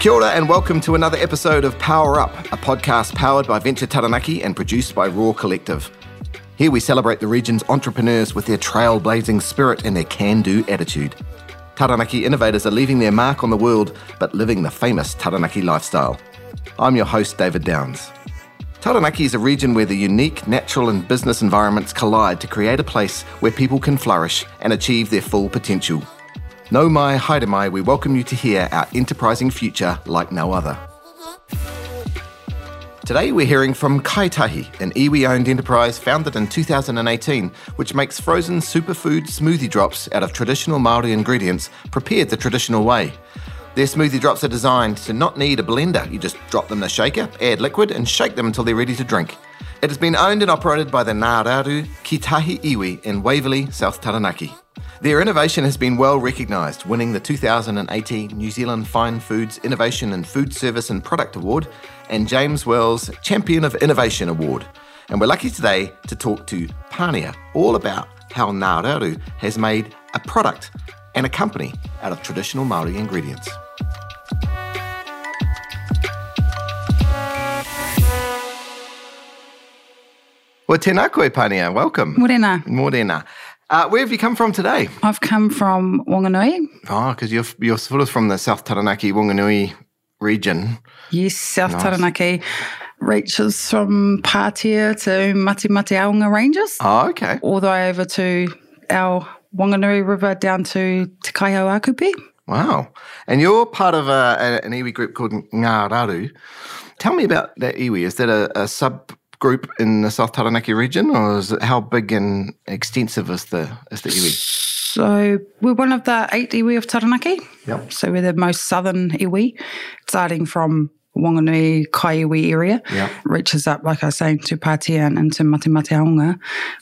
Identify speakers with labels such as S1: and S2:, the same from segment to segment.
S1: Kia ora and welcome to another episode of Power Up, a podcast powered by Venture Taranaki and produced by Raw Collective. Here we celebrate the region's entrepreneurs with their trailblazing spirit and their can do attitude. Taranaki innovators are leaving their mark on the world but living the famous Taranaki lifestyle. I'm your host, David Downs. Taranaki is a region where the unique natural and business environments collide to create a place where people can flourish and achieve their full potential. No Mai Haere Mai, we welcome you to hear our enterprising future like no other. Today we're hearing from Kaitahi, an iwi owned enterprise founded in 2018, which makes frozen superfood smoothie drops out of traditional Māori ingredients prepared the traditional way. Their smoothie drops are designed to not need a blender. You just drop them in a shaker, add liquid, and shake them until they're ready to drink. It has been owned and operated by the Nararu Kitahi Iwi in Waverley, South Taranaki. Their innovation has been well recognised, winning the 2018 New Zealand Fine Foods Innovation in Food Service and Product Award and James Wells Champion of Innovation Award. And we're lucky today to talk to Pania all about how Nararu has made a product and a company out of traditional Maori ingredients. Well, tēnā koe, Pania. Welcome.
S2: Morena.
S1: Morena. Uh, where have you come from today?
S2: I've come from Wanganui.
S1: Oh, because you're you're sort of from the South Taranaki Wanganui region.
S2: Yes, South Taranaki reaches from Pātea to Mati Mati Aonga Ranges,
S1: Oh, okay.
S2: all the way over to our Wanganui River down to Te Kaioakupe.
S1: Wow. And you're part of a, a- an iwi group called Ngā Raru. Tell me about that iwi. Is that a, a subgroup in the South Taranaki region, or is it, how big and extensive is the is the iwi?
S2: So we're one of the eight iwi of Taranaki.
S1: Yep.
S2: So we're the most southern iwi, starting from Wanganui, Kaiwi area.
S1: Yeah.
S2: Reaches up, like I was saying, to Pātea and into Mate Mate Aonga.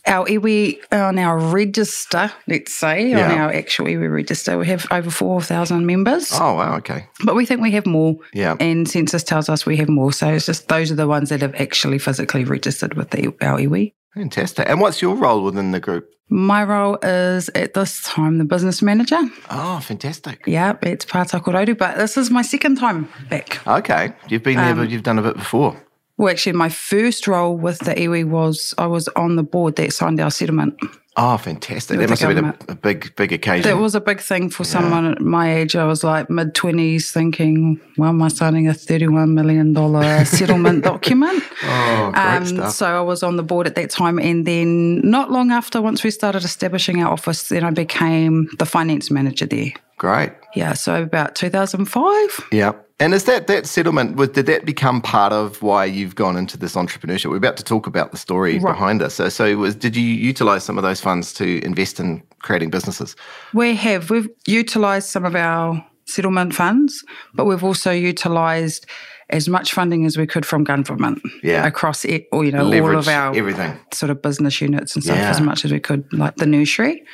S2: Our iwi on our register, let's say, on
S1: Yeah.
S2: our actual iwi register, we have over 4,000 members,
S1: Oh, wow. Okay.
S2: but we think we have more.
S1: Yeah.
S2: And census tells us we have more. So it's just those are the ones that have actually physically registered with the, our iwi.
S1: Fantastic. And what's your role within the group?
S2: My role is at this time the business manager.
S1: Oh, fantastic.
S2: Yeah, it's Pātakorau, but this is my second time back.
S1: Okay. You've been there, but you've done a bit before.
S2: Well, actually, my first role with the iwi was I was on the board that signed our settlement.
S1: Oh, fantastic. That
S2: the
S1: must have been a,
S2: government.
S1: a big, big
S2: That
S1: occasion.
S2: was a big thing for someone at my age. I was like mid 20s thinking, well, am I signing a $31 million settlement document?
S1: oh, great
S2: Um,
S1: stuff.
S2: so I was on the board at that time. And then not long after, once we started establishing our office, then I became the finance manager there.
S1: Great.
S2: Yeah, so about 2005.
S1: Yeah. And is that that settlement? Was, did that become part of why you've gone into this entrepreneurship? We're about to talk about the story behind this. So, so was did you utilize some of those funds to invest in creating businesses?
S2: We have. We've utilised some of our settlement funds, but we've also utilised as much funding as we could from government
S1: Yeah.
S2: across it, or you know, all
S1: Leverage
S2: of our
S1: everything.
S2: sort of business units and stuff
S1: Yeah.
S2: as much as we could, like the nursery.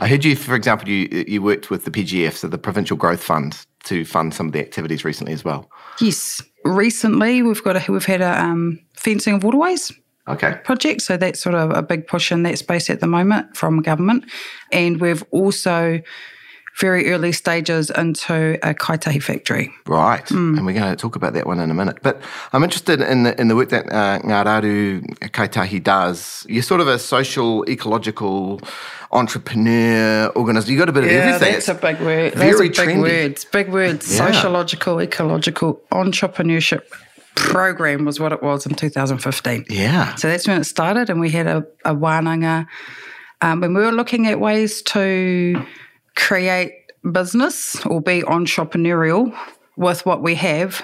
S1: I heard you, for example, you you worked with the PGF, so the Provincial Growth Fund, to fund some of the activities recently as well.
S2: Yes, recently we've got a, we've had a um, fencing of waterways
S1: Okay.
S2: project, so that's sort of a big push in that space at the moment from government, and we've also very early stages into a kaitahi factory.
S1: Right,
S2: Hmm.
S1: and we're going to talk about that one in a minute. But I'm interested in the in the work that uh, Ngararu Kaitahi does. You're sort of a social, ecological entrepreneur, organizer. You got a bit of everything.
S2: That's a
S1: It's-
S2: big word. That's
S1: very
S2: a big
S1: trendy.
S2: words. Big words.
S1: Yeah.
S2: Sociological, ecological, entrepreneurship program was what it was in 2015.
S1: yeah,
S2: So that's when it started, and we had a, a wānanga. Um, and we were looking at ways to create business or be entrepreneurial with what we have,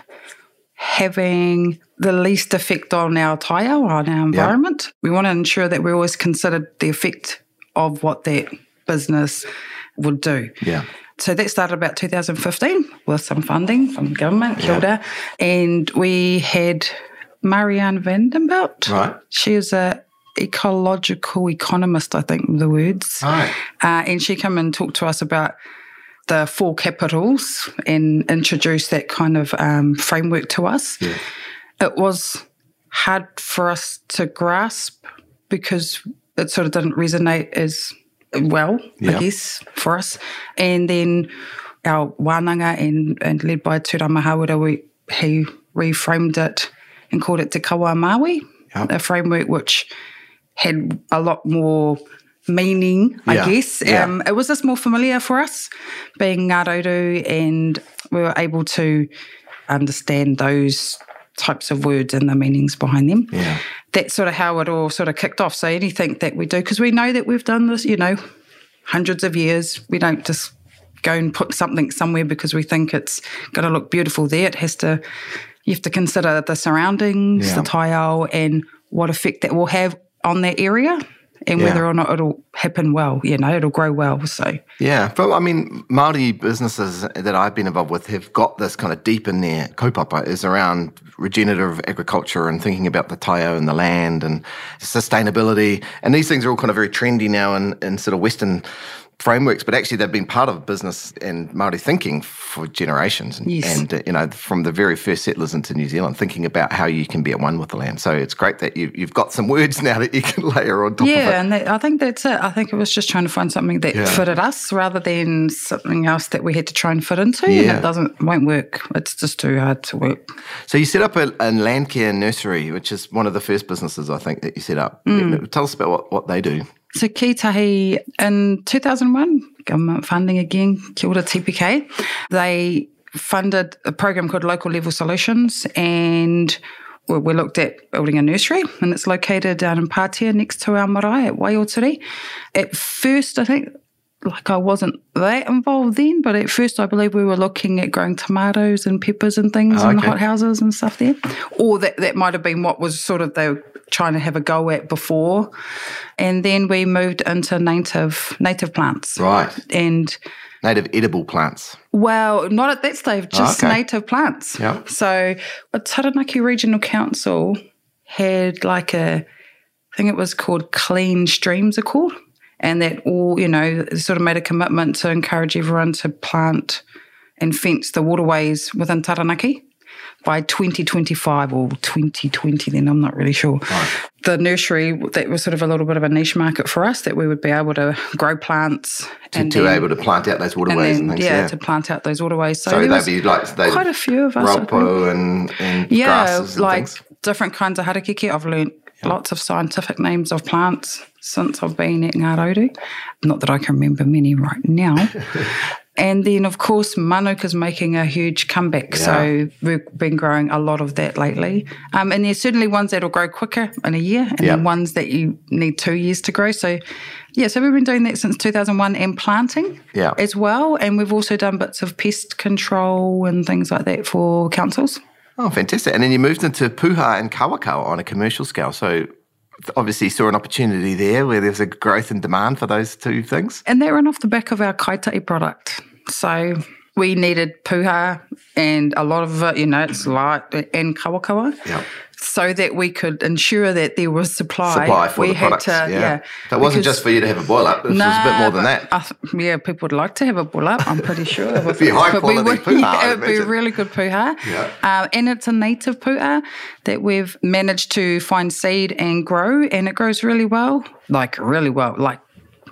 S2: having the least effect on our tire, on our environment. We want to ensure that we always considered the effect of what that business would do.
S1: yeah,
S2: So that started about 2015 with some funding from government, Kilda, and we had Marianne Vandenbelt.
S1: right,
S2: She is a ecological economist, I think were the words,
S1: right.
S2: uh, and she came and talked to us about the four capitals and introduced that kind of um, framework to us.
S1: Yeah.
S2: It was hard for us to grasp because it sort of didn't resonate as well,
S1: Yeah.
S2: I guess, for us. And then our wānanga and, and led by Tūra Mahawira, we, he reframed it and called it Te Kawa Māui,
S1: Yep.
S2: a framework which had a lot more meaning, I
S1: Yeah,
S2: guess.
S1: yeah.
S2: Um, it was just more familiar for us being Ngā Rauru and we were able to understand those types of words and the meanings behind them.
S1: Yeah.
S2: That's sort of how it all sort of kicked off. So anything that we do, because we know that we've done this, you know, hundreds of years, we don't just go and put something somewhere because we think it's going to look beautiful there. It has to, you have to consider the surroundings,
S1: Yeah.
S2: the tile, and what effect that will have on that area and
S1: Yeah.
S2: whether or not it'll happen well, you know, it'll grow well. So,
S1: Yeah, but I mean, Maori businesses that I've been involved with have got this kind of deep in their kaupapa is around regenerative agriculture and thinking about the taio and the land and sustainability. And these things are all kind of very trendy now in, in sort of Western frameworks, but actually they've been part of business and Maori thinking for generations. And,
S2: Yes.
S1: and, uh, you know, from the very first settlers into New Zealand, thinking about how you can be at one with the land. So it's great that you, you've got some words now that you can layer on top of it.
S2: yeah, and that, I think that's it. I think it was just trying to find something that
S1: Yeah.
S2: fitted us rather than something else that we had to try and fit into. And
S1: Yeah.
S2: it doesn't, won't work. It's just too hard to work.
S1: So you set up a, a land care nursery, which is one of the first businesses I think that you set up.
S2: Mm.
S1: Tell us about what, what they do.
S2: So Kitahi in 2001, government funding again, kia ora TPK, they funded a program called Local Level Solutions and we we looked at building a nursery and it's located down in Patea next to our marae at Waiotiri. At first, I think, like I wasn't that involved then, but at first I believe we were looking at growing tomatoes and peppers and things
S1: Oh,
S2: in
S1: okay.
S2: the hothouses and stuff there. Or that, that might have been what was sort of they were trying to have a go at before and then we moved into native native plants
S1: Right.
S2: and
S1: Native edible plants.
S2: well not at that stage just
S1: Okay.
S2: native plants
S1: Yeah.
S2: so a taranaki regional council had like a i think it was called clean streams are called and that all you know sort of made a commitment to encourage everyone to plant and fence the waterways within taranaki by 2025 or 2020 then i'm not really sure the nursery that was sort of a little bit of a niche market for us that we would be able to grow plants
S1: To, to be able to plant out those
S2: and
S1: waterways and,
S2: then,
S1: things.
S2: yeah,
S1: Yeah.
S2: to plant out those waterways so,
S1: so
S2: there
S1: they'd
S2: was
S1: be like they
S2: quite a few of us I think.
S1: raupo and, and
S2: yeah
S1: grasses and
S2: like
S1: things.
S2: different kinds of harakeke i've learnt lots of scientific names of plants since i've been at ngarodu not that i can remember many right now And then, of course, Manuka's making a huge comeback. So we've been growing a lot of that lately. Um, and there's certainly ones that'll grow quicker in a year and
S1: Yeah.
S2: then ones that you need two years to grow. So, yeah, so we've been doing that since 2001 and planting
S1: Yeah.
S2: as well. And we've also done bits of pest control and things like that for councils.
S1: Oh, fantastic. And then you moved into Puha and Kawakawa on a commercial scale. So obviously you saw an opportunity there where there's a growth in demand for those two things.
S2: And they ran off the back of our kaita'i product. So we needed puha and a lot of it, you know, it's light and kawakawa.
S1: Yeah.
S2: So that we could ensure that there was supply.
S1: Supply for
S2: we
S1: the products.
S2: had to,
S1: yeah.
S2: yeah.
S1: So it wasn't
S2: because-
S1: just for you to have a boil up. It was a bit
S2: Nah,
S1: more than that.
S2: but I th- yeah, people would like to have a bull up, I'm pretty sure. It'd
S1: be high quality puha, I'd
S2: it'd be
S1: imagine.
S2: really good puha.
S1: Yeah.
S2: Um, and it's a native puha that we've managed to find seed and grow, and it grows really well. Like, really well. Like,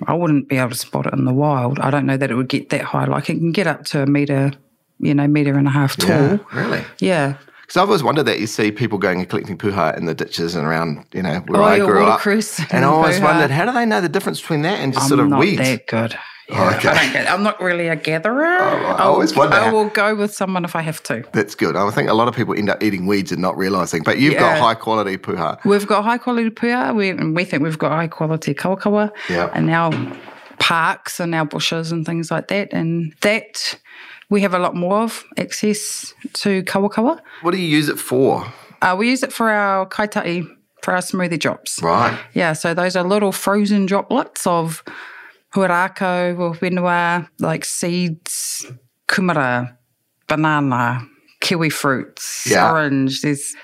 S2: I wouldn't be able to spot it in the wild. I don't know that it would get that high. Like, it can get up to a meter, you know, meter and a half tall.
S1: Yeah, really?
S2: yeah.
S1: Because I've always wondered that you see people going and collecting puha in the ditches and around, you know, where
S2: Oh,
S1: I
S2: your
S1: grew up.
S2: watercress
S1: And I
S2: and
S1: always
S2: puha.
S1: wondered how do they know the difference between that and just sort
S2: I'm
S1: of
S2: not
S1: weeds?
S2: that good.
S1: okay. Oh,
S2: I don't get, I'm not really a gatherer.
S1: I always
S2: I'll-
S1: wonder
S2: I
S1: how-
S2: will go with someone if I have to.
S1: That's good. I think a lot of people end up eating weeds and not realizing. But you've got
S2: Yeah.
S1: high quality puha.
S2: We've got high quality puya. We and we think we've got high quality kawakawa.
S1: Yeah.
S2: And our parks and our bushes and things like that. And that we have a lot more of access to kawakawa.
S1: What do you use it for?
S2: Uh, we use it for our kaita'i, for our smoothie drops.
S1: Right.
S2: Yeah, so those are little frozen droplets of huarako or whenua, like seeds, kumara, banana, kiwi fruits,
S1: Yeah.
S2: orange. There's,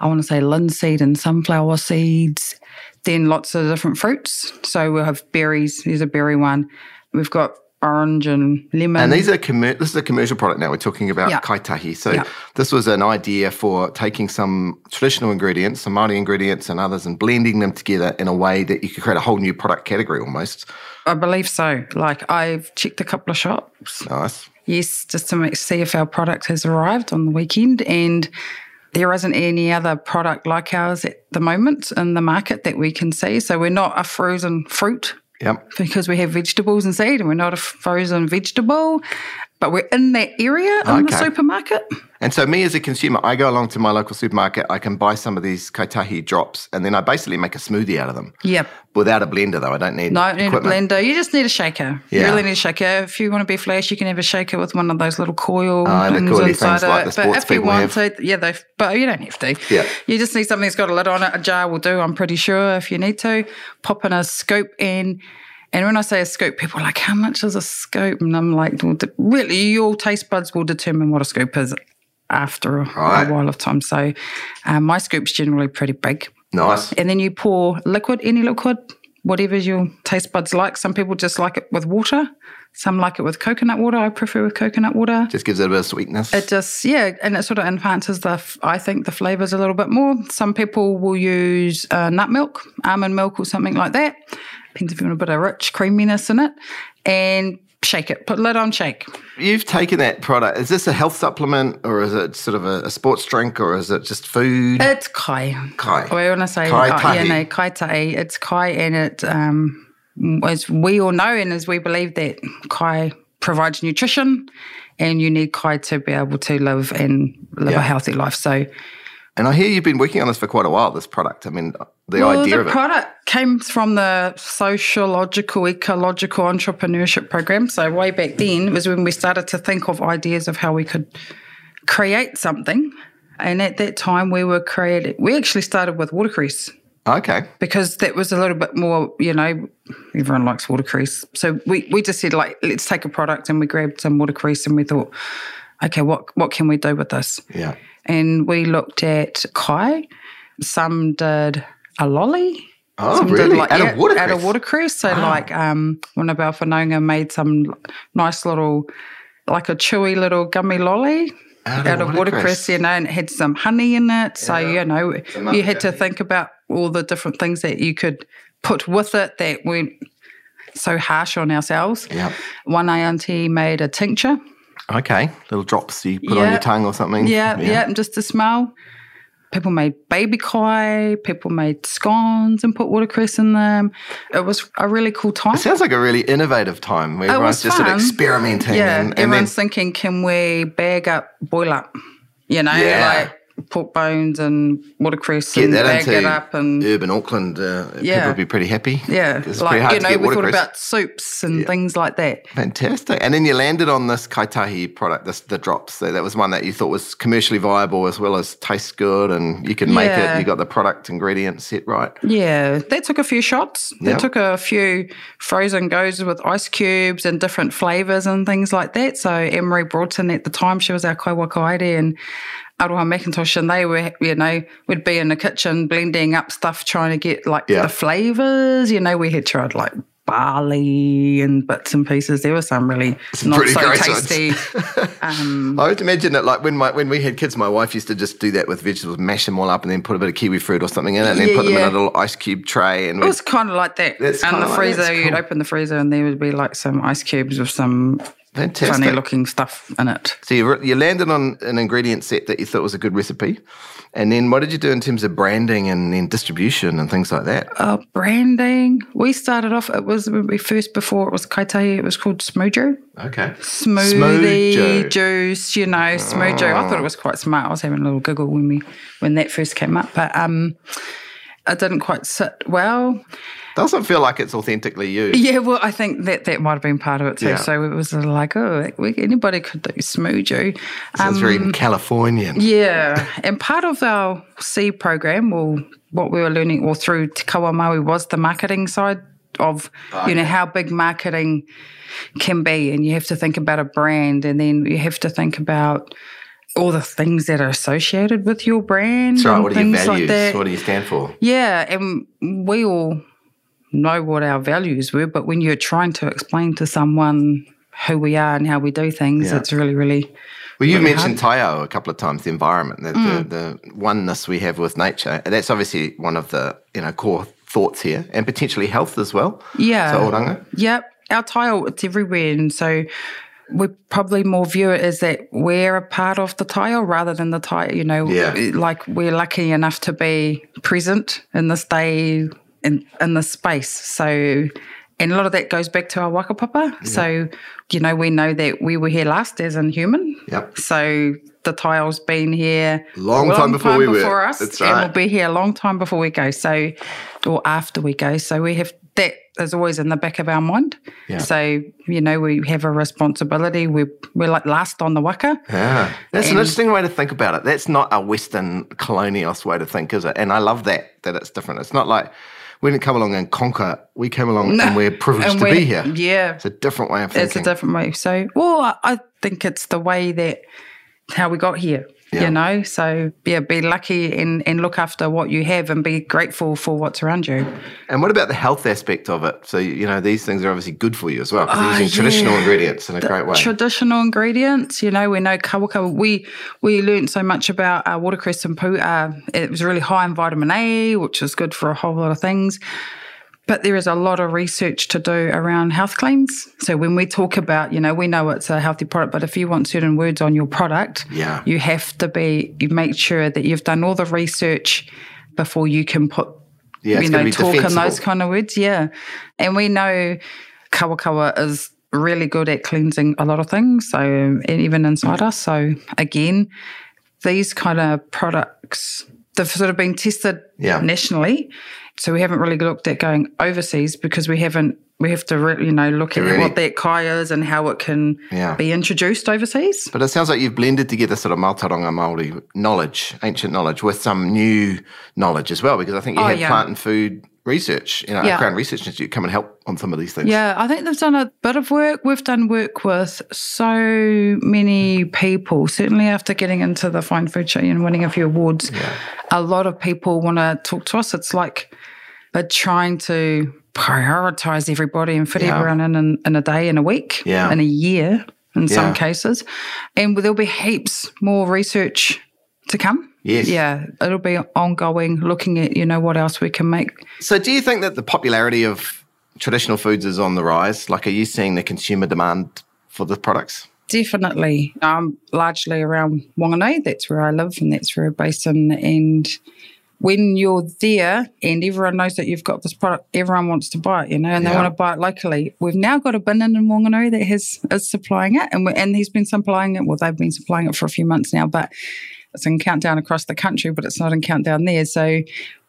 S2: I want to say, linseed and sunflower seeds, then lots of different fruits. So we'll have berries. There's a berry one. We've got orange and lemon.
S1: And these are commer- this is a commercial product now. We're talking about
S2: Yeah.
S1: kaitahi. So
S2: Yeah.
S1: this was an idea for taking some traditional ingredients, some Māori ingredients and others, and blending them together in a way that you could create a whole new product category almost.
S2: I believe so. Like I've checked a couple of shops.
S1: Nice.
S2: yes, just to make, see if our product has arrived on the weekend. And there isn't any other product like ours at the moment in the market that we can see. So we're not a frozen fruit
S1: Yep.
S2: because we have vegetables and seed and we're not a frozen vegetable, but we're in that area in the
S1: Okay.
S2: supermarket.
S1: And so, me as a consumer, I go along to my local supermarket, I can buy some of these kaitahi drops, and then I basically make a smoothie out of them
S2: Yep.
S1: without a blender, though. I don't need
S2: No, you need a
S1: equipment.
S2: blender. You just need a shaker. You
S1: Yeah.
S2: really need a shaker. If you want to be flash, you can have a shaker with one of those little coil
S1: Ah, the
S2: things
S1: coily
S2: inside
S1: things like
S2: of
S1: the
S2: it. But
S1: sports
S2: if you
S1: people
S2: want
S1: have.
S2: to, yeah, they. But you don't have to.
S1: Yeah.
S2: You just need something that's got a lid on it. A jar will do. I'm pretty sure if you need to, pop in a scoop in. And when I say a scoop, people are like, "How much is a scoop?" And I'm like, well, de- "Really, your taste buds will determine what a scoop is after a,
S1: Right.
S2: a while of time." So, um, my scoop's generally pretty big
S1: Nice.
S2: and then you pour liquid, any liquid, whatever your taste buds like. Some people just like it with water. Some like it with coconut water. I prefer with coconut water.
S1: Just gives it a bit of sweetness.
S2: It just yeah, and it sort of enhances the f- I think the flavors a little bit more. Some people will use uh, nut milk, almond milk, or something like that. Depends if you want a bit of rich creaminess in it, and shake it. Put lid on, shake.
S1: You've taken that product. Is this a health supplement or is it sort of a, a sports drink or is it just food?
S2: It's kai.
S1: Kai.
S2: We want to say
S1: Kai
S2: uh, yeah,
S1: tahi.
S2: no, kai tahi. It's kai, and it um, as we all know, and as we believe that kai provides nutrition, and you need kai to be able to live and live a
S1: Yeah.
S2: healthy life. So
S1: And I hear you've been working on this for quite a while, this product. I mean, the
S2: well,
S1: idea
S2: the
S1: of it.
S2: product came from the sociological, ecological entrepreneurship program. So way back then was when we started to think of ideas of how we could create something. And at that time, we were creating. We actually started with watercress.
S1: okay.
S2: because that was a little bit more, you know, everyone likes watercress. So we, we just said like, let's take a product and we grabbed some watercress and we thought, okay, what what can we do with this?
S1: Yeah.
S2: And we looked at Kai. Some did a lolly.
S1: Oh,
S2: some
S1: really? Out of
S2: yeah,
S1: watercress?
S2: Out of watercress.
S1: Ah.
S2: So like um, one of our whanaunga made some nice little, like a chewy little gummy lolly
S1: Out,
S2: out of watercress, you know, and it had some honey in it. So, you know, you had to think about all the different things that you could put with it that weren't so harsh on ourselves.
S1: Yeah.
S2: One auntie made a tincture.
S1: Okay. Little drops you put on
S2: Yeah.
S1: your tongue or something.
S2: Yeah, yeah, and just to smell. People made baby kai, people made scones and put watercress in them. It was a really cool time.
S1: It sounds like a really innovative time where everyone's
S2: was
S1: just sort of
S2: fun.
S1: experimenting.
S2: Yeah,
S1: and, and then,
S2: everyone's thinking, can we bag up, boil up? You know,
S1: Yeah.
S2: like pork bones and watercress
S1: Get
S2: and
S1: that
S2: bag
S1: into
S2: it up and
S1: urban Auckland, uh, people
S2: Yeah.
S1: would be pretty happy.
S2: yeah,
S1: It's pretty
S2: like
S1: hard
S2: you
S1: to
S2: know,
S1: get
S2: we thought
S1: watercress.
S2: about soups and things like that.
S1: Fantastic. And then you landed on this Kaitahi product, this, the drops. So that was one that you thought was commercially viable as well as tastes good and you can make
S2: Yeah.
S1: it. You got the product ingredient set right.
S2: Yeah, that took a few shots. They
S1: Yep.
S2: took a few frozen goes with ice cubes and different flavors and things like that. So Emery Broughton at the time, she was our kaiwaka aide and Aroha McIntosh, and they were, you know, we'd be in the kitchen blending up stuff, trying to get like
S1: Yeah.
S2: the flavors. You know, we had tried like barley and bits and pieces. There were some really not
S1: pretty
S2: so
S1: gross ones.
S2: tasty.
S1: I would imagine that like when my when we had kids, my wife used to just do that with vegetables, mash them all up and then put a bit of kiwi fruit or something in it and then
S2: Yeah,
S1: put them
S2: yeah.
S1: in a little ice cube tray and
S2: It
S1: we'd-
S2: was kind of like that.
S1: That's
S2: and
S1: kinda
S2: the
S1: like that.
S2: freezer,
S1: It's
S2: you'd
S1: cool.
S2: open the freezer and there would be like some ice cubes with some
S1: fantastic.
S2: funny looking stuff in it.
S1: So you, re- you landed on an ingredient set that you thought was a good recipe. And then what did you do in terms of branding and then distribution and things like that?
S2: Uh, branding. We started off, it was when we first before it was Kaitahi, it was called Smoojo.
S1: Okay.
S2: Smoothie
S1: Smoojo.
S2: juice, you know, Smoojo. I thought it was quite smart. I was having a little giggle when we when that first came up, but um it didn't quite sit well.
S1: Doesn't feel like it's authentically you.
S2: Yeah, well, I think that that might have been part of it too.
S1: Yeah.
S2: So it was sort of like, oh, we, anybody could do Smoojo.
S1: Sounds very Californian.
S2: um, Yeah, and part of our C program, well, what we were learning all through Te Kawa Maui was the marketing side of you know how big marketing can be, and you have to think about a brand, and then you have to think about all the things that are associated with your brand.
S1: That's right.
S2: and
S1: What are your
S2: um, things
S1: values?
S2: Like that.
S1: What do you stand for?
S2: Yeah, and we all know what our values were, but when you're trying to explain to someone who we are and how we do things,
S1: Yeah.
S2: it's really, really
S1: Well, you
S2: Really
S1: mentioned Tayo a couple of times, the environment, the,
S2: Hmm.
S1: the, the oneness we have with nature. And that's obviously one of the you know core thoughts here, and potentially health as well.
S2: yeah.
S1: So, oranga.
S2: Yep. Our tile, it's everywhere. And so we probably more view it as that we're a part of the tile rather than the tile, you know,
S1: Yeah.
S2: like we're lucky enough to be present in this day in, in this space. So, and a lot of that goes back to our waka papa. So, you know, we know that we were here last as in human.
S1: Yep.
S2: So the tile's been here
S1: Long time before we were.
S2: before us,
S1: That's
S2: and
S1: right.
S2: we'll be here a long time before we go. So, or after we go. So we have that is always in the back of our mind.
S1: Yeah.
S2: So you know we have a responsibility. We we're like last on the waka.
S1: Yeah. That's an
S2: And-
S1: interesting way to think about it. That's not a Western colonialist way to think, is it? And I love that, that it's different. It's not like we didn't come along and conquer. We came along and we're privileged
S2: And
S1: to
S2: we're-
S1: be here.
S2: Yeah,
S1: It's a different way of thinking.
S2: it's a different way. So, well, I- I think it's the way that how we got here.
S1: Yeah.
S2: You know, so yeah, be lucky and and look after what you have and be grateful for what's around you.
S1: And what about the health aspect of it? So, you you know, these things are obviously good for you as well because
S2: Ah,
S1: they're using traditional
S2: yeah.
S1: ingredients in a great way.
S2: Traditional ingredients, you know, we know kawaka. We we learned so much about uh, watercress and poo. Uh, it was really high in vitamin A, which is good for a whole lot of things. But there is a lot of research to do around health claims. So when we talk about, you know, we know it's a healthy product, but if you want certain words on your product,
S1: Yeah.
S2: you have to be. You make sure that you've done all the research before you can put
S1: yeah, it's
S2: you
S1: going
S2: know,
S1: to be
S2: talk and
S1: defensible.
S2: those kind of words. Yeah. And we know Kawakawa is really good at cleansing a lot of things. So, and even inside us. So, again, these kind of products, they've sort of been tested
S1: Yeah.
S2: nationally. So, we haven't really looked at going overseas because we haven't. We have to, re- you know, look at
S1: Really-
S2: what that kai is and how it can
S1: Yeah.
S2: be introduced overseas.
S1: But it sounds like you've blended together sort of Mātauranga Māori knowledge, ancient knowledge, with some new knowledge as well, because I think you
S2: Oh,
S1: had
S2: yeah.
S1: plant and food research, you know,
S2: Yeah.
S1: Crown Research Institute come and help on some of these things.
S2: Yeah, I think they've done a bit of work. We've done work with so many people. Certainly, after getting into the fine food show and winning a few awards, a lot of people want to talk to us. It's like they're trying to prioritize everybody and fit
S1: Yeah.
S2: everyone in, in in a day, in a week,
S1: Yeah.
S2: in a year, in
S1: Yeah.
S2: some cases. And there'll be heaps more research to come.
S1: Yes.
S2: Yeah, it'll be ongoing. Looking at you know what else we can make
S1: So do you think that the popularity of traditional foods is on the rise? Like, are you seeing the consumer demand for the products?
S2: Definitely. I'm largely around Whanganui. That's where I live and that's where I'm based in. And when you're there and everyone knows that you've got this product, everyone wants to buy it, you know, and they
S1: Yeah.
S2: want to buy it locally. We've now got a bin in in Whanganui that has is supplying it and we, and he's been supplying it. Well, they've been supplying it for a few months now, but it's in countdown across the country, but it's not in countdown there. So,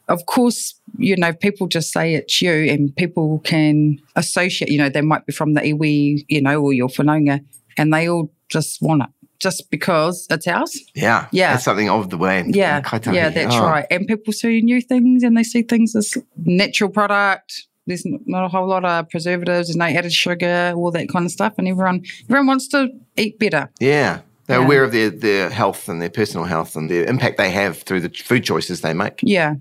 S2: of course, you know, people just say it's you, and people can associate, you know, they might be from the iwi, you know, or your whanonga, and they all just want it just because it's ours.
S1: Yeah.
S2: Yeah.
S1: That's something of the land.
S2: Yeah.
S1: Kaitahi.
S2: Yeah, that's
S1: Oh,
S2: right. And people see new things and they see things as natural product. There's n- not a whole lot of preservatives and no added sugar, all that kind of stuff. And everyone everyone wants to eat better.
S1: Yeah. They're
S2: Yeah.
S1: aware of their, their health and their personal health and the impact they have through the food choices they make.
S2: Yeah.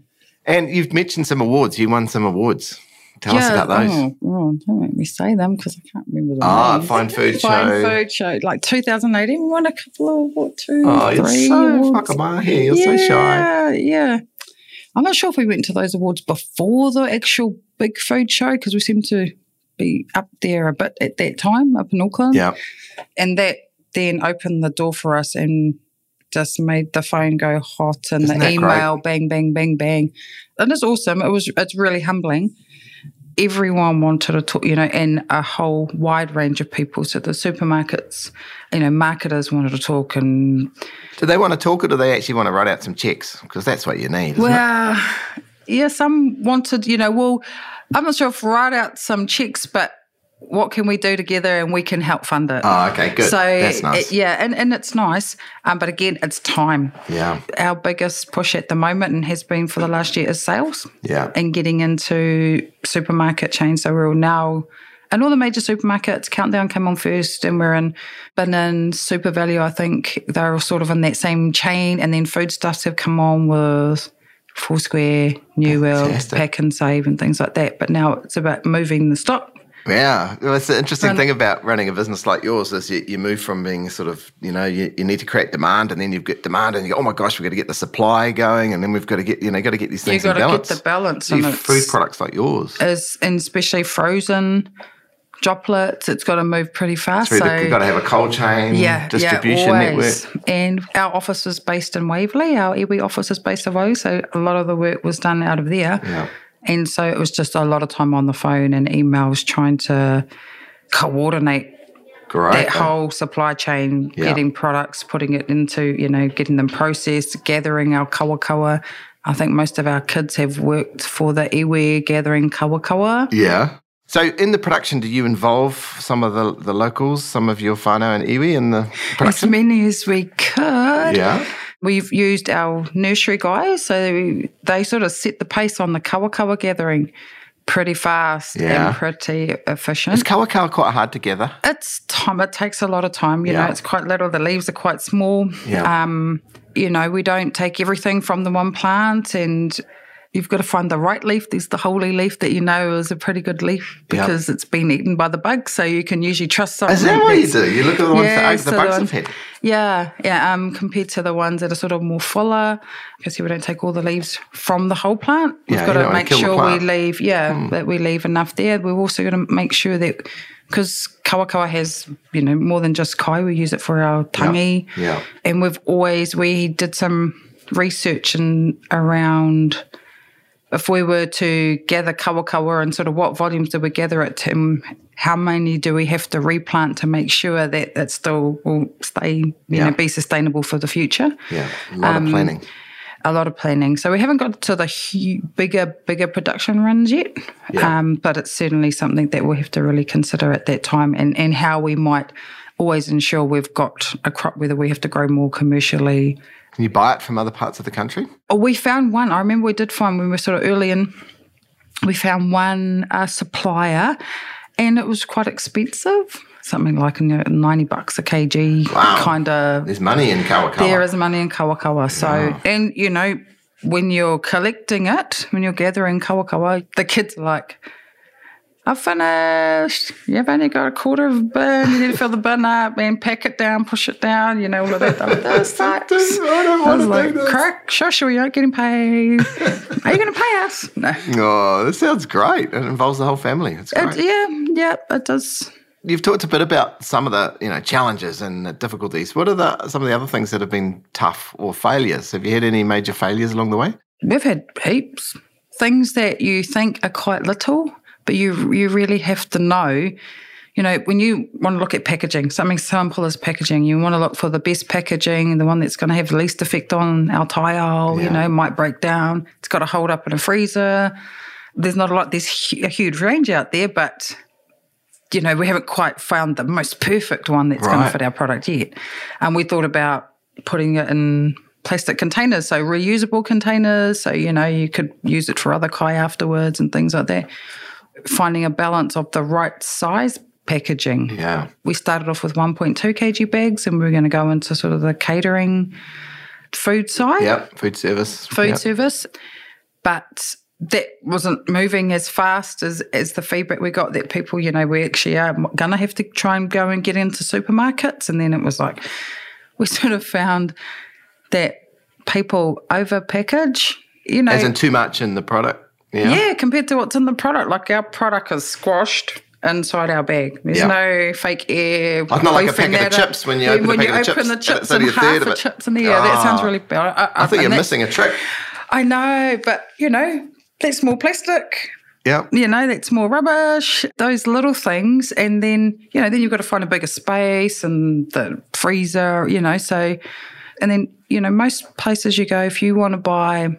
S1: And you've mentioned some awards. You won some awards. Tell us about those.
S2: Oh, oh, don't make me say them because I can't remember the
S1: Ah,
S2: names.
S1: Fine Food
S2: Fine
S1: Show.
S2: Food Show, like 2018, we won a couple of what two,
S1: Oh, you're
S2: three
S1: so
S2: awards.
S1: fucking mahi. You're
S2: yeah,
S1: so shy.
S2: Yeah, I'm not sure if we went to those awards before the actual big food show because we seem to be up there a bit at that time up in Auckland,
S1: Yeah.
S2: and that then opened the door for us and just made the phone go hot and
S1: Isn't
S2: the
S1: that
S2: email bang bang bang bang and it's awesome it was it's really humbling everyone wanted to talk you know and a whole wide range of people so the supermarkets you know marketers wanted to talk and
S1: Do they want to talk or do they actually want to write out some checks? Because that's what you need. Isn't it?
S2: well yeah some wanted you know well i'm not sure if write out some checks but what can we do together and we can help fund it
S1: Oh, okay, good.
S2: so
S1: that's nice.
S2: it- yeah and, and it's nice um, but again it's time
S1: yeah.
S2: our biggest push at the moment and has been for the last year is sales
S1: Yeah.
S2: and getting into supermarket chains. So we're all now and all the major supermarkets, Countdown came on first, and we're in Binnan, Super Value, I think they're all sort of in that same chain. And then foodstuffs have come on with Foursquare, New World,
S1: Fantastic.
S2: Pack and Save, and things like that. But now it's about moving the stock.
S1: Yeah, well, it's the interesting
S2: Run-
S1: thing about running a business like yours is you, you move from being sort of you know you, you need to create demand and then you've got demand and you go oh my gosh we've got to get the supply going and then we've got to get you know got to get these
S2: You've
S1: things
S2: got
S1: in
S2: to get
S1: balance.
S2: the balance. Uh,
S1: See,
S2: and
S1: food
S2: it's-
S1: products like yours,
S2: is and especially frozen droplets. It's got to move pretty fast.
S1: So you've got to have a cold chain
S2: yeah,
S1: distribution
S2: yeah,
S1: network.
S2: always. And our office is based in Waverley. Our iwi office is based in Waverley, so a lot of the work was done out of there.
S1: Yeah.
S2: And so it was just a lot of time on the phone and emails trying to coordinate
S1: Great.
S2: that whole supply chain,
S1: Yeah.
S2: getting products, putting it into, you know, getting them processed, gathering our kawakawa. I think most of our kids have worked for the iwi gathering kawakawa.
S1: yeah. So in the production, do you involve some of the, the locals, some of your whānau and iwi in the
S2: As
S1: production?
S2: many as we could.
S1: Yeah.
S2: We've used our nursery guys, so they sort of set the pace on the kawakawa gathering pretty fast
S1: Yeah.
S2: and pretty efficient.
S1: Is kawakawa quite hard to gather?
S2: It's time. It takes a lot of time. You
S1: Yeah.
S2: know, it's quite little. The leaves are quite small.
S1: Yeah.
S2: Um, you know, we don't take everything from the one plant, and you've got to find the right leaf. There's the holy leaf that you know is a pretty good leaf
S1: Yeah.
S2: because it's been eaten by the bugs, so you can usually trust something.
S1: Is that what you
S2: that's-
S1: do? You look at the ones
S2: Yeah,
S1: that
S2: so
S1: the bugs
S2: the-
S1: have had.
S2: Yeah, yeah. Um, compared to the ones that are sort of more fuller, because we don't take all the leaves from the whole plant. We've
S1: Yeah, you
S2: got
S1: don't
S2: to
S1: wanna
S2: make
S1: kill the
S2: sure we
S1: plant. Hmm.
S2: leave. Yeah, that we leave enough there. We're also going to make sure that because kawakawa has you know more than just kai. We use it for our tangi.
S1: Yeah.
S2: And we've always we did some research and around if we were to gather kawakawa and sort of what volumes do we gather it to and how many do we have to replant to make sure that it still will stay, you
S1: Yeah.
S2: know, be sustainable for the future?
S1: Yeah. A lot
S2: Um,
S1: of planning.
S2: A lot of planning. So we haven't got to the hu bigger, bigger production runs yet,
S1: Yeah.
S2: um, but it's certainly something that we'll have to really consider at that time and, and how we might always ensure we've got a crop, whether we have to grow more commercially
S1: Can you buy it from other parts of the country?
S2: Oh, we found one. I remember we did find when we were sort of early in, we found one uh, supplier and it was quite expensive, something like you know, 90 bucks a kg,
S1: Wow.
S2: kind of.
S1: There's money in kawakawa.
S2: There is money in kawakawa. So, and you know, when you're collecting it, when you're gathering kawakawa, the kids are like, I've finished. You've only got a quarter of a bin. You need to fill the bin up and pack it down, push it down, you know, all of that. I'm like, This sucks.
S1: I don't
S2: I
S1: wanna
S2: was
S1: do
S2: like,
S1: this.
S2: crack, shush, we aren't getting paid. Are you going to pay us? No.
S1: Oh, that sounds great. It involves the whole family. It's great.
S2: It, yeah, yeah, it does.
S1: You've talked a bit about some of the you know challenges and the difficulties. What are the some of the other things that have been tough or failures? Have you had any major failures along the way?
S2: We've had heaps. Things that you think are quite little, but you you really have to know. You know, when you want to look at packaging, something simple as packaging, you want to look for the best packaging, the one that's going to have the least effect on our tire, you know, might break down. It's got to hold up in a freezer. There's not a lot, there's hu- a huge range out there, but, you know, we haven't quite found the most perfect one that's going
S1: Right.
S2: to fit our product yet. And we thought about putting it in plastic containers, so reusable containers, so you know you could use it for other kai afterwards and things like that. Finding a balance of the right size packaging.
S1: Yeah,
S2: We started off with 1.2 kg bags, and we were going to go into sort of the catering food side
S1: yep. Food service.
S2: food
S1: Yep.
S2: service, but that wasn't moving as fast as, as the feedback we got that people, you know, we actually are going to have to try and go and get into supermarkets. And then it was like, we sort of found that people over package, you know,
S1: As in too much in the product. Yeah.
S2: yeah, compared to what's in the product. Like our product is squashed inside our bag. There's
S1: Yeah.
S2: no fake air.
S1: Like not like a
S2: boofing
S1: packet of
S2: at it.
S1: chips when you open the
S2: when
S1: packet
S2: you
S1: of
S2: open
S1: chips
S2: the
S1: and
S2: chips
S1: it's only
S2: and
S1: a third
S2: half
S1: of
S2: the
S1: it. Ah.
S2: chips in the air. That sounds really bad. I,
S1: I think
S2: and
S1: you're
S2: that-
S1: missing a trick.
S2: I know, but you know, that's more plastic.
S1: Yep.
S2: You know, that's more rubbish, those little things. And then, you know, then you've got to find a bigger space and the freezer, you know. So, and then, you know, most places you go, if you want to buy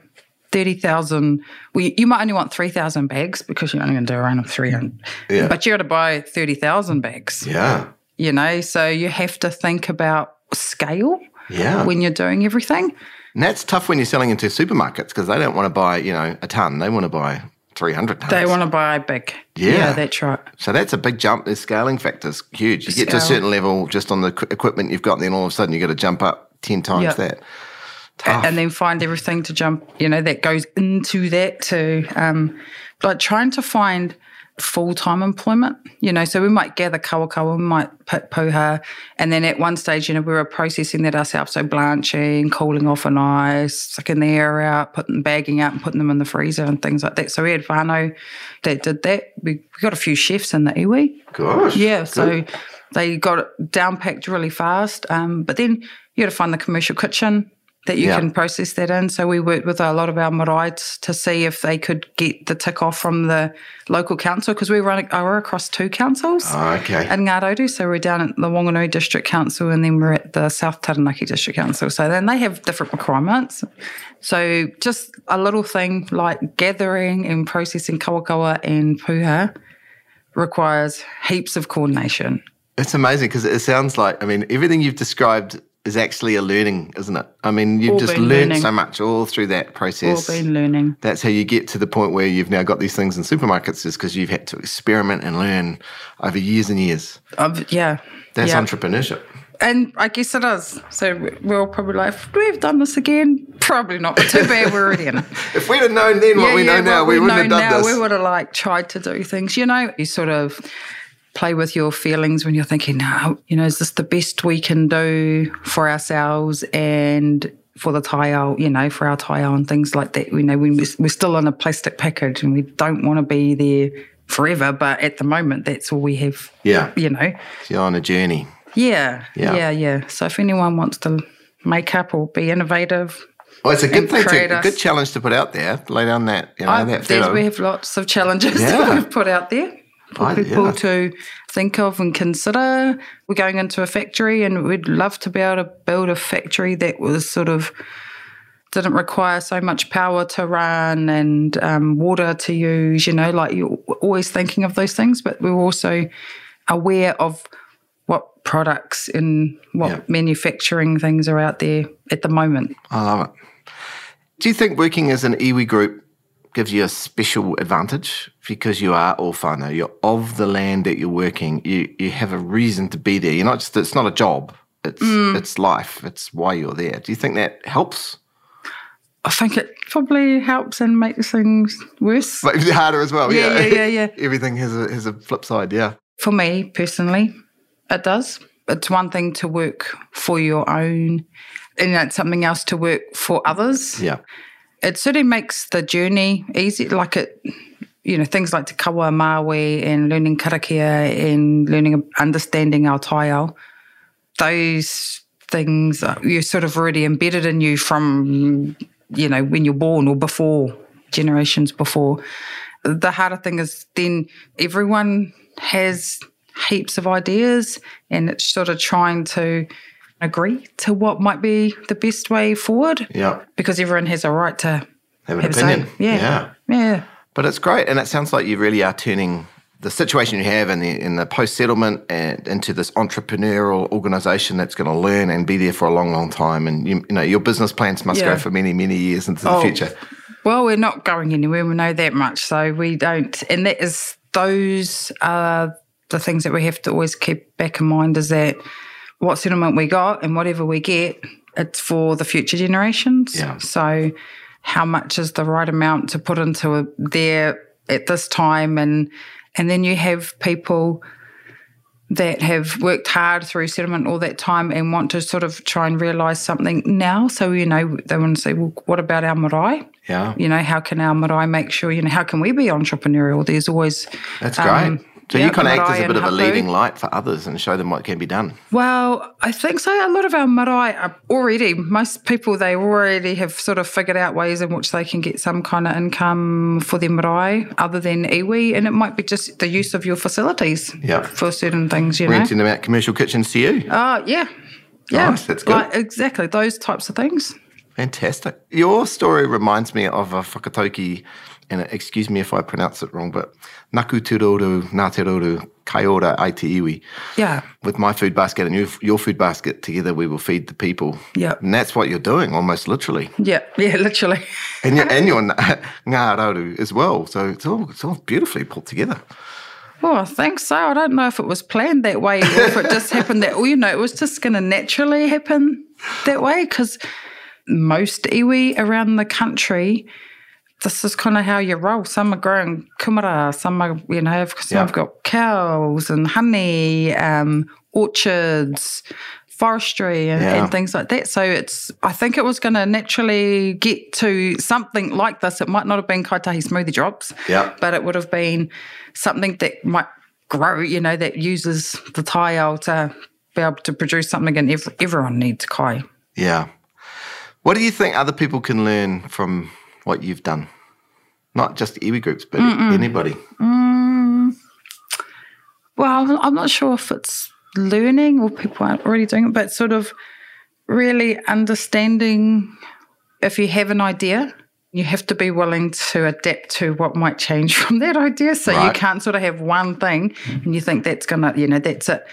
S2: 30,000, well, you- you might only want 3,000 bags because you're only going to do around 300.
S1: Yeah.
S2: But you got to buy 30,000 bags,
S1: Yeah.
S2: you know. So you have to think about scale
S1: Yeah.
S2: when you're doing everything.
S1: and that's tough when you're selling into supermarkets because they don't want to buy you know a ton. They want to buy 300 tons.
S2: They want to buy big.
S1: Yeah.
S2: Yeah, that's right.
S1: So that's a big jump. The scaling factor's huge. You get to a
S2: Scale.
S1: certain level just on the equi- equipment you've got, and then all of a sudden you got to jump up 10 times
S2: Yep.
S1: that.
S2: and then find everything to jump, you know, that goes into that to um, like trying to find full time employment. You know, so we might gather kawakawa, we might put puha, and then at one stage, you know, we were processing that ourselves, so blanching, cooling off on ice, sucking the air out, putting bagging out, and putting them in the freezer and things like that. So we had Vano that did that. We, we got a few chefs in the iwi.
S1: Gosh.
S2: Yeah, so they got it down packed really fast. Um, but then you got to find the commercial kitchen that you
S1: Yeah.
S2: can process that in. So we worked with a lot of our marae t- to see if they could get the tick off from the local council because we run I were across two councils
S1: Ah, Okay.
S2: in Ngarodu. So we're down at the Whanganui District Council and then we're at the South Taranaki District Council. So then they have different requirements. So just a little thing like gathering and processing kawakawa and puha requires heaps of coordination.
S1: It's amazing because it sounds like, I mean, everything you've described is actually a learning, isn't it? I mean, you've
S2: All
S1: just
S2: been
S1: learned
S2: learning.
S1: so much all through that
S2: All
S1: process.
S2: been learning.
S1: That's how you get to the point where you've now got these things in supermarkets is because you've had to experiment and learn over years and years.
S2: I've, yeah.
S1: That's
S2: yeah.
S1: entrepreneurship.
S2: And I guess it is. So we're all probably like, do we have done this again? Probably not. But too bad we're already in it.
S1: If we'd have known then what we know now,
S2: what
S1: we,
S2: we'd
S1: wouldn't have
S2: known
S1: done
S2: now,
S1: this.
S2: We would have like tried to do things. You know, you sort of play with your feelings when you're thinking, no, you know, is this the best we can do for ourselves and for the tile, you know, for our tile and things like that. You know, when we- we're still in a plastic package and we don't want to be there forever, but at the moment, that's all we have,
S1: yeah.
S2: you know.
S1: You're on a journey.
S2: Yeah,
S1: Yeah.
S2: yeah, yeah, So if anyone wants to make up or be innovative,
S1: Well, it's a good
S2: And
S1: thing, to, a
S2: creators.
S1: good challenge to put out there. Lay down that, you know,
S2: I,
S1: that
S2: oh, there's,
S1: fellow.
S2: we have lots of challenges
S1: Yeah.
S2: that we've put out there for
S1: I-
S2: people
S1: yeah.
S2: to think of and consider. We're going into a factory, and we'd love to be able to build a factory that was sort of didn't require so much power to run and um, water to use. You know, like you're always thinking of those things, but we're also aware of what products and what
S1: Yeah.
S2: manufacturing things are out there at the moment.
S1: I love it. Do you think working as an iwi group gives you a special advantage because you are all whānau, you're of the land that you're working, you you have a reason to be there. You're not just it's not a job. It's
S2: Mm.
S1: it's life. It's why you're there. Do you think that helps?
S2: I think it probably helps and makes things worse.
S1: But it's harder as well.
S2: Yeah, yeah, yeah, yeah.
S1: Everything has a has a flip side, yeah.
S2: For me personally, it does. It's one thing to work for your own, and it's something else to work for others.
S1: Yeah.
S2: It certainly makes the journey easy. Like it, you know, things like Te Kawa Māui and learning karakia and learning understanding our taio. Those things are- you're sort of already embedded in you from, you know, when you're born or before generations before. The harder thing is then everyone has heaps of ideas and it's sort of trying to agree to what might be the best way forward
S1: Yeah.
S2: because everyone has a right to
S1: Have an
S2: have a say.
S1: opinion. yeah.
S2: Yeah.
S1: But it's great, and it sounds like you really are turning the situation you have in the in the post settlement and into this entrepreneurial organisation that's going to learn and be there for a long, long time. And you, you know, your business plans must
S2: Yeah.
S1: go for many, many years into the
S2: Oh.
S1: future.
S2: Well, we're not going anywhere. We know that much. So we don't, and that is, those are the things that we have to always keep back in mind is that what settlement we got and whatever we get, it's for the future generations.
S1: Yeah.
S2: So how much is the right amount to put into a, there at this time? And, and then you have people that have worked hard through settlement all that time and want to sort of try and realise something now. So, you know, they want to say, well, what about our marae?
S1: Yeah,
S2: you know, how can our marae make sure, you know, how can we be entrepreneurial? There's always,
S1: that's great.
S2: um,
S1: so
S2: yeah,
S1: you kind of act
S2: Marae
S1: as a
S2: and
S1: bit of a
S2: Hapu.
S1: leading light for others and show them what can be done.
S2: well, I think so. A lot of our marae are already, most people, they already have sort of figured out ways in which they can get some kind of income for their marae other than iwi. And it might be just the use of your facilities
S1: Yeah.
S2: for certain things, you know.
S1: Renting them out commercial kitchens to you.
S2: Oh, yeah. Yeah.
S1: Nice, that's good.
S2: Like, exactly. Those types of things.
S1: Fantastic. Your story reminds me of a Fakatoki, and excuse me if I pronounce it wrong, but Naku Turoru, Nateroru, Kaiora, Aiteiwi.
S2: Yeah.
S1: with my food basket and your, your food basket together, we will feed the people.
S2: Yeah.
S1: And that's what you're doing almost literally.
S2: Yeah. Yeah. Literally.
S1: And you're, and you're ngā raru as well. So it's all, it's all beautifully pulled together.
S2: Well, Oh, I think so. I don't know if it was planned that way or if it just happened that, well, you know, it was just going to naturally happen that way because most iwi around the country this is kind of how you roll. Some are growing kumara, some are, you know, have, some
S1: Yeah.
S2: have got cows and honey, um, orchards, forestry, and,
S1: Yeah.
S2: and things like that. So it's, I think it was going to naturally get to something like this. It might not have been kaitahi smoothie drops,
S1: Yeah.
S2: but it would have been something that might grow, you know, that uses the tile to be able to produce something and ev- everyone needs kai.
S1: Yeah. What do you think other people can learn from what you've done? Not just iwi groups, but anybody.
S2: well, I'm not sure if it's learning or people aren't already doing it, but sort of really understanding if you have an idea, you have to be willing to adapt to what might change from that idea. So you
S1: Right.
S2: can't sort of have one thing and you think that's going to, you know, that's it.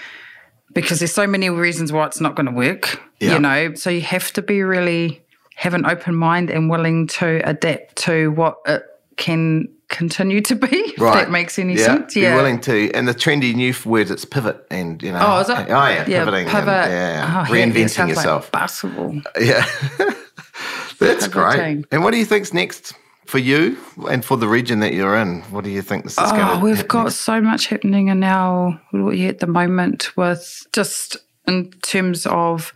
S2: Because there's so many reasons why it's not going to work,
S1: Yeah.
S2: you know. So you have to be really have an open mind and willing to adapt to what it can continue to be. If that makes any
S1: yeah.
S2: sense.
S1: Be willing to. And the trendy new f- word is pivot and, you know.
S2: Oh, is it?
S1: Oh, yeah. Pivoting.
S2: Pivot.
S1: And, yeah.
S2: Oh, yeah, yeah,
S1: Reinventing
S2: sounds like
S1: yourself.
S2: basketball.
S1: yeah. That's
S2: Pivoting.
S1: great. And what do you think's next for you and for the region that you're in? What do you think this is going
S2: Oh,
S1: to
S2: we've got so much happening in our yeah, at the moment with just in terms of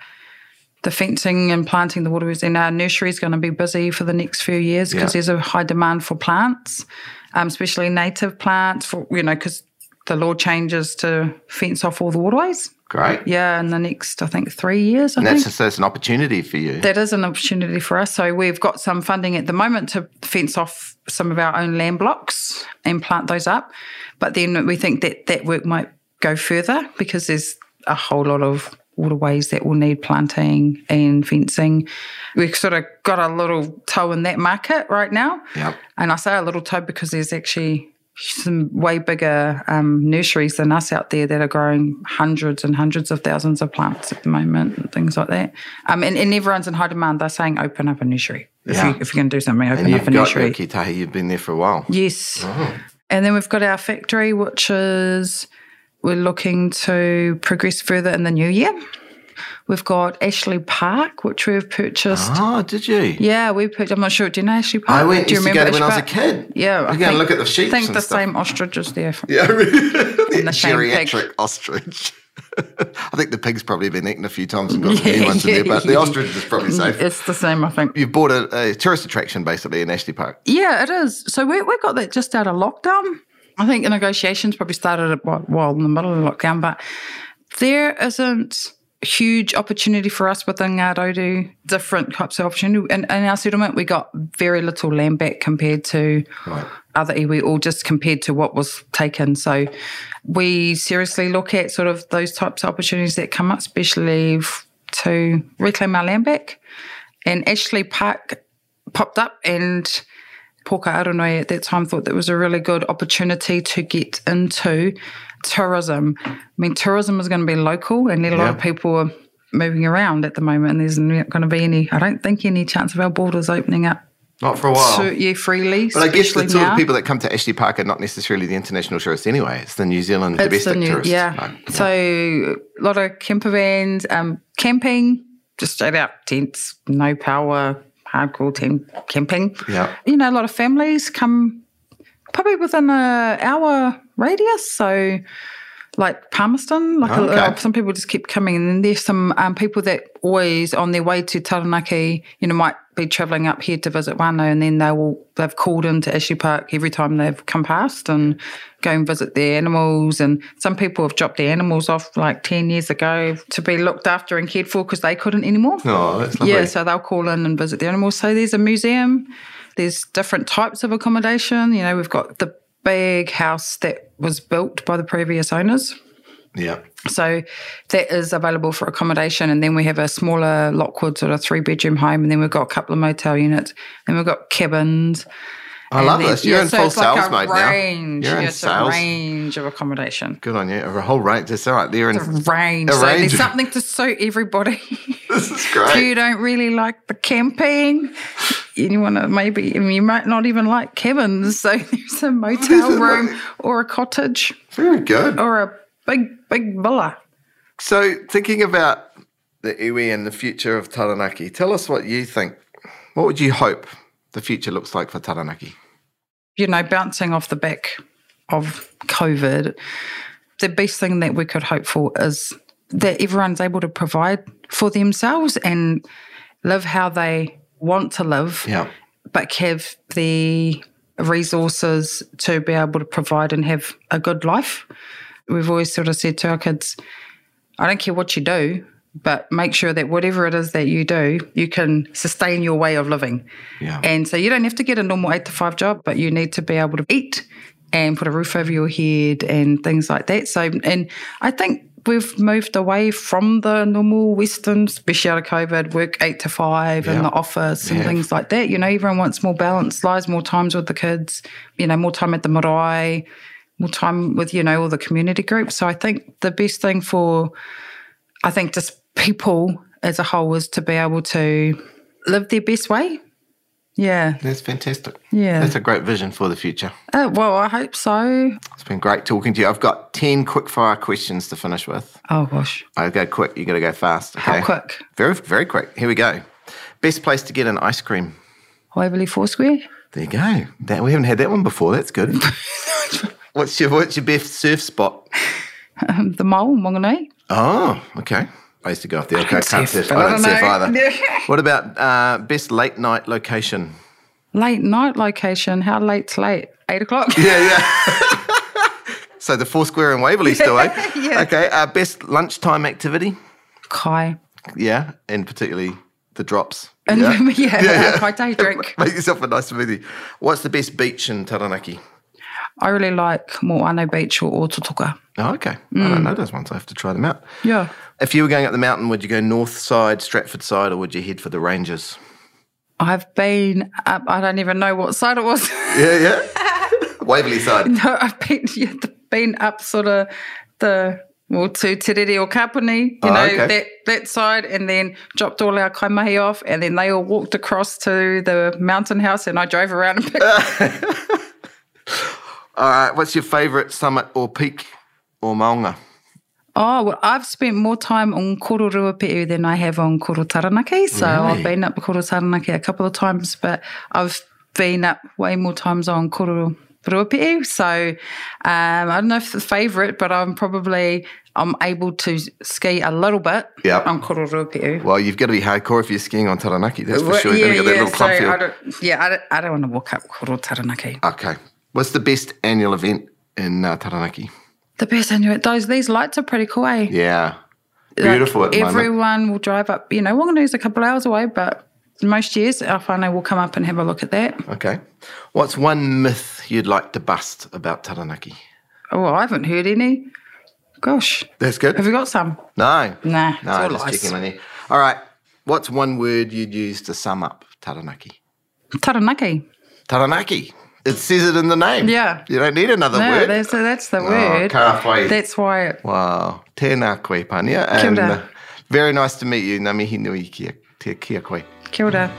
S2: the fencing and planting the waterways in our nursery is going to be busy for the next few years because
S1: Yeah.
S2: there's a high demand for plants, um, especially native plants. For you know, because the law changes to fence off all the waterways.
S1: Great.
S2: Yeah, in the next I think three years. I
S1: And
S2: think.
S1: that's just that's an opportunity for you.
S2: that is an opportunity for us. So we've got some funding at the moment to fence off some of our own land blocks and plant those up. But then we think that that work might go further because there's a whole lot of waterways that will need planting and fencing. We've sort of got a little toe in that market right now.
S1: Yep.
S2: And I say a little toe because there's actually some way bigger um, nurseries than us out there that are growing hundreds and hundreds of thousands of plants at the moment and things like that. Um, and, and everyone's in high demand. They're saying open up a nursery.
S1: Yeah.
S2: If, you, if you're going to do something, open
S1: And
S2: up
S1: you've
S2: a
S1: got
S2: nursery.
S1: your Oh. kitahi, you've been there for a while.
S2: Yes. And then we've got our factory, which is we're looking to progress further in the new year. We've got Ashley Park, which we've purchased.
S1: Oh, did you?
S2: Yeah, we purchased. I'm not sure. Do you know Ashley Park?
S1: I went
S2: Do you
S1: used to go
S2: remember
S1: there when I was a
S2: Ashley Park?
S1: kid.
S2: Yeah,
S1: You're going to look at the sheep.
S2: think
S1: and
S2: the
S1: stuff.
S2: same ostriches there.
S1: Yeah, the
S2: the same pig.
S1: geriatric ostrich. I think the pig's probably been eaten a few times and got some
S2: Yeah,
S1: new ones in there, but the
S2: yeah.
S1: ostrich is probably safe.
S2: Mm, It's the same, I think.
S1: You've bought a, a tourist attraction basically in Ashley Park.
S2: Yeah, it is. So we, we got that just out of lockdown. I think the negotiations probably started at, well, well, in the middle of lockdown, but there isn't huge opportunity for us within Ngarodu, different types of opportunity. In, in our settlement, we got very little land back compared to other iwi or just compared to what was taken. So we seriously look at sort of those types of opportunities that come up, especially f- to reclaim our land back. And Ashley Park popped up and Poka Aronoi at that time thought that was a really good opportunity to get into tourism. I mean, tourism is going to be local, and a lot of
S1: Yeah.
S2: people are moving around at the moment, and there's not going to be any, I don't think, any chance of our borders opening up
S1: Not for a while.
S2: to you freely.
S1: but I guess the
S2: especially
S1: sort
S2: now.
S1: of people that come to Ashley Park are not necessarily the international tourists anyway. It's the New Zealand
S2: It's
S1: domestic
S2: the new-
S1: tourists.
S2: Yeah.
S1: Right.
S2: So a lot of camper vans, um, camping, just straight out tents, no power, hardcore tent camping.
S1: Yeah.
S2: You know, a lot of families come probably within a hour radius. So like Palmerston, like a-
S1: Oh, Okay.
S2: some people just keep coming, and then there's some um, people that always on their way to Taranaki, you know, might be travelling up here to visit Wano, and then they will they've called into Ashley Park every time they've come past and go and visit their animals, and some people have dropped their animals off like ten years ago to be looked after and cared for because they couldn't anymore.
S1: Oh, that's lovely.
S2: Yeah, so they'll call in and visit the animals. So there's a museum, there's different types of accommodation. You know, we've got the big house that was built by the previous owners.
S1: yeah.
S2: So that is available for accommodation. And then we have a smaller Lockwood sort of three bedroom home. And then we've got a couple of motel units. Then we've got cabins.
S1: I love
S2: And then-
S1: this. You're
S2: yeah,
S1: in
S2: so
S1: full
S2: it's like
S1: sales
S2: a
S1: mode
S2: range.
S1: now. You're
S2: yeah,
S1: in
S2: it's
S1: sales.
S2: a range of accommodation.
S1: Good on you. A whole range. That's all right. They're in.
S2: Range.
S1: A
S2: so
S1: range.
S2: there's something to suit everybody.
S1: This is
S2: if
S1: great.
S2: you don't really like the camping, anyone that maybe I mean, you might not even like cabins. So there's a motel room or a cottage
S1: Very good.
S2: or a big, big villa.
S1: So, thinking about the iwi and the future of Taranaki, tell us what you think. What would you hope the the future looks like for Taranaki?
S2: You know, bouncing off the back of COVID, the best thing that we could hope for is that everyone's able to provide for themselves and live how they want to live,
S1: Yeah.
S2: but have the resources to be able to provide and have a good life. We've always sort of said to our kids, I don't care what you do, but make sure that whatever it is that you do, you can sustain your way of living.
S1: Yeah.
S2: And so you don't have to get a normal eight to five job, but you need to be able to eat and put a roof over your head and things like that. So, and I think we've moved away from the normal Western, especially out of COVID, work eight to five in the office and things like that. You know, everyone wants more balanced lives, more times with the kids, you know, more time at the marae, more time with, you know, all the community groups. So I think the best thing for I think just people as a whole is to be able to live their best way. Yeah.
S1: That's fantastic.
S2: Yeah.
S1: That's a great vision for the future.
S2: Uh, well, I hope so.
S1: It's been great talking to you. I've got 10 quick fire questions to finish with.
S2: Oh, gosh.
S1: I go quick, you got to go fast.
S2: How
S1: Okay?
S2: quick?
S1: Very, very quick. Here we go. Best place to get an ice cream.
S2: Waverley Foursquare?
S1: There you go. That we haven't had that one before. That's good. what's your what's your best surf spot?
S2: Um, the mole, Whanganui?
S1: Oh, okay. I used to go up there. Okay, I can't
S2: surf,
S1: surf.
S2: but
S1: I
S2: I
S1: don't
S2: don't
S1: surf
S2: know.
S1: either. what about uh, best late night location?
S2: Late night location. How late's late? Eight o'clock?
S1: Yeah, yeah. so the Foursquare in Waverley still, eh?
S2: Yeah.
S1: Okay. Uh, best lunchtime activity.
S2: Kai.
S1: Yeah, and particularly the drops.
S2: And
S1: yeah.
S2: yeah, yeah. Kai day drink.
S1: Make yourself a nice smoothie. What's the best beach in Taranaki?
S2: I really like Mo'ano Beach or Ototoka.
S1: Oh, okay. I don't know those ones. I have to try them out.
S2: Mm. Yeah.
S1: If you were going up the mountain, would you go north side, Stratford side, or would you head for the Rangers?
S2: I've been up, I don't even know what side it was.
S1: Yeah, yeah. Waverley side.
S2: No, I've been yeah, the- been up sort of the well to Tiriri or Kapuni, you
S1: Oh,
S2: know,
S1: okay.
S2: that, that side, and then dropped all our kaimahi off, and then they all walked across to the mountain house, and I drove around and picked
S1: All right. What's your favourite summit or peak or maunga?
S2: Oh, well, I've spent more time on Koro Ruape'u than I have on Koro Taranaki. So
S1: Really?
S2: I've been up Koro Taranaki a couple of times, but I've been up way more times on Koro Ruape'u. So um, I don't know if the favourite, but I'm probably I'm able to ski a little bit
S1: Yep.
S2: on Koro Ruape'u.
S1: Well, you've got to be hardcore if you're skiing on Taranaki. That's for
S2: Well,
S1: sure. You're going to get that little
S2: so
S1: clump
S2: I
S1: field.
S2: don't, yeah, I don't, I don't want to walk up Koro Taranaki.
S1: Okay. What's the best annual event in uh, Taranaki?
S2: The best I knew it, those these lights are pretty cool, eh?
S1: Yeah.
S2: Like,
S1: Beautiful at the moment.
S2: everyone will drive up. You know, Wanganuu's a couple hours away, but most years our whānau will come up and have a look at that.
S1: Okay. What's one myth you'd like to bust about Taranaki?
S2: Oh, I haven't heard any. Gosh,
S1: That's good.
S2: have you got some?
S1: No.
S2: Nah, it's
S1: No,
S2: all
S1: just
S2: lies.
S1: checking with you. All right. What's one word you'd use to sum up Taranaki?
S2: Taranaki.
S1: Taranaki. It says it in the name.
S2: Yeah.
S1: You don't need another
S2: No,
S1: word. Oh,
S2: that's, that's the word.
S1: kāhui.
S2: That's why.
S1: Wow. Tēnā koe, Pania.
S2: Kia
S1: And
S2: ora.
S1: uh, very nice to meet you. Ngā mihi nui kia, te kia koe.
S2: Kia ora.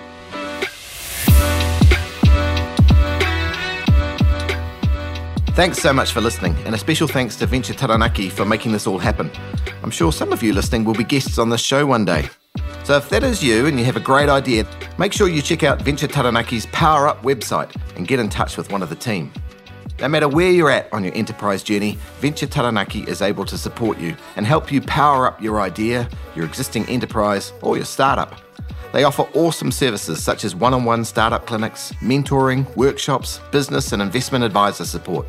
S1: Thanks so much for listening, and a special thanks to Venture Taranaki for making this all happen. I'm sure some of you listening will be guests on this show one day. So if that is you and you have a great idea, make sure you check out Venture Taranaki's Power Up website and get in touch with one of the team. No matter where you're at on your enterprise journey, Venture Taranaki is able to support you and help you power up your idea, your existing enterprise, or your startup. They offer awesome services such as one on one startup clinics, mentoring, workshops, business and investment advisor support.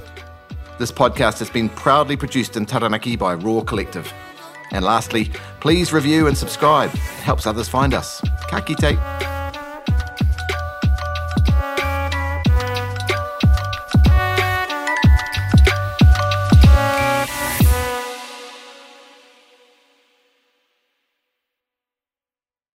S1: This podcast has been proudly produced in Taranaki by Raw Collective. And lastly, please review and subscribe. It helps others find us. Ka kite.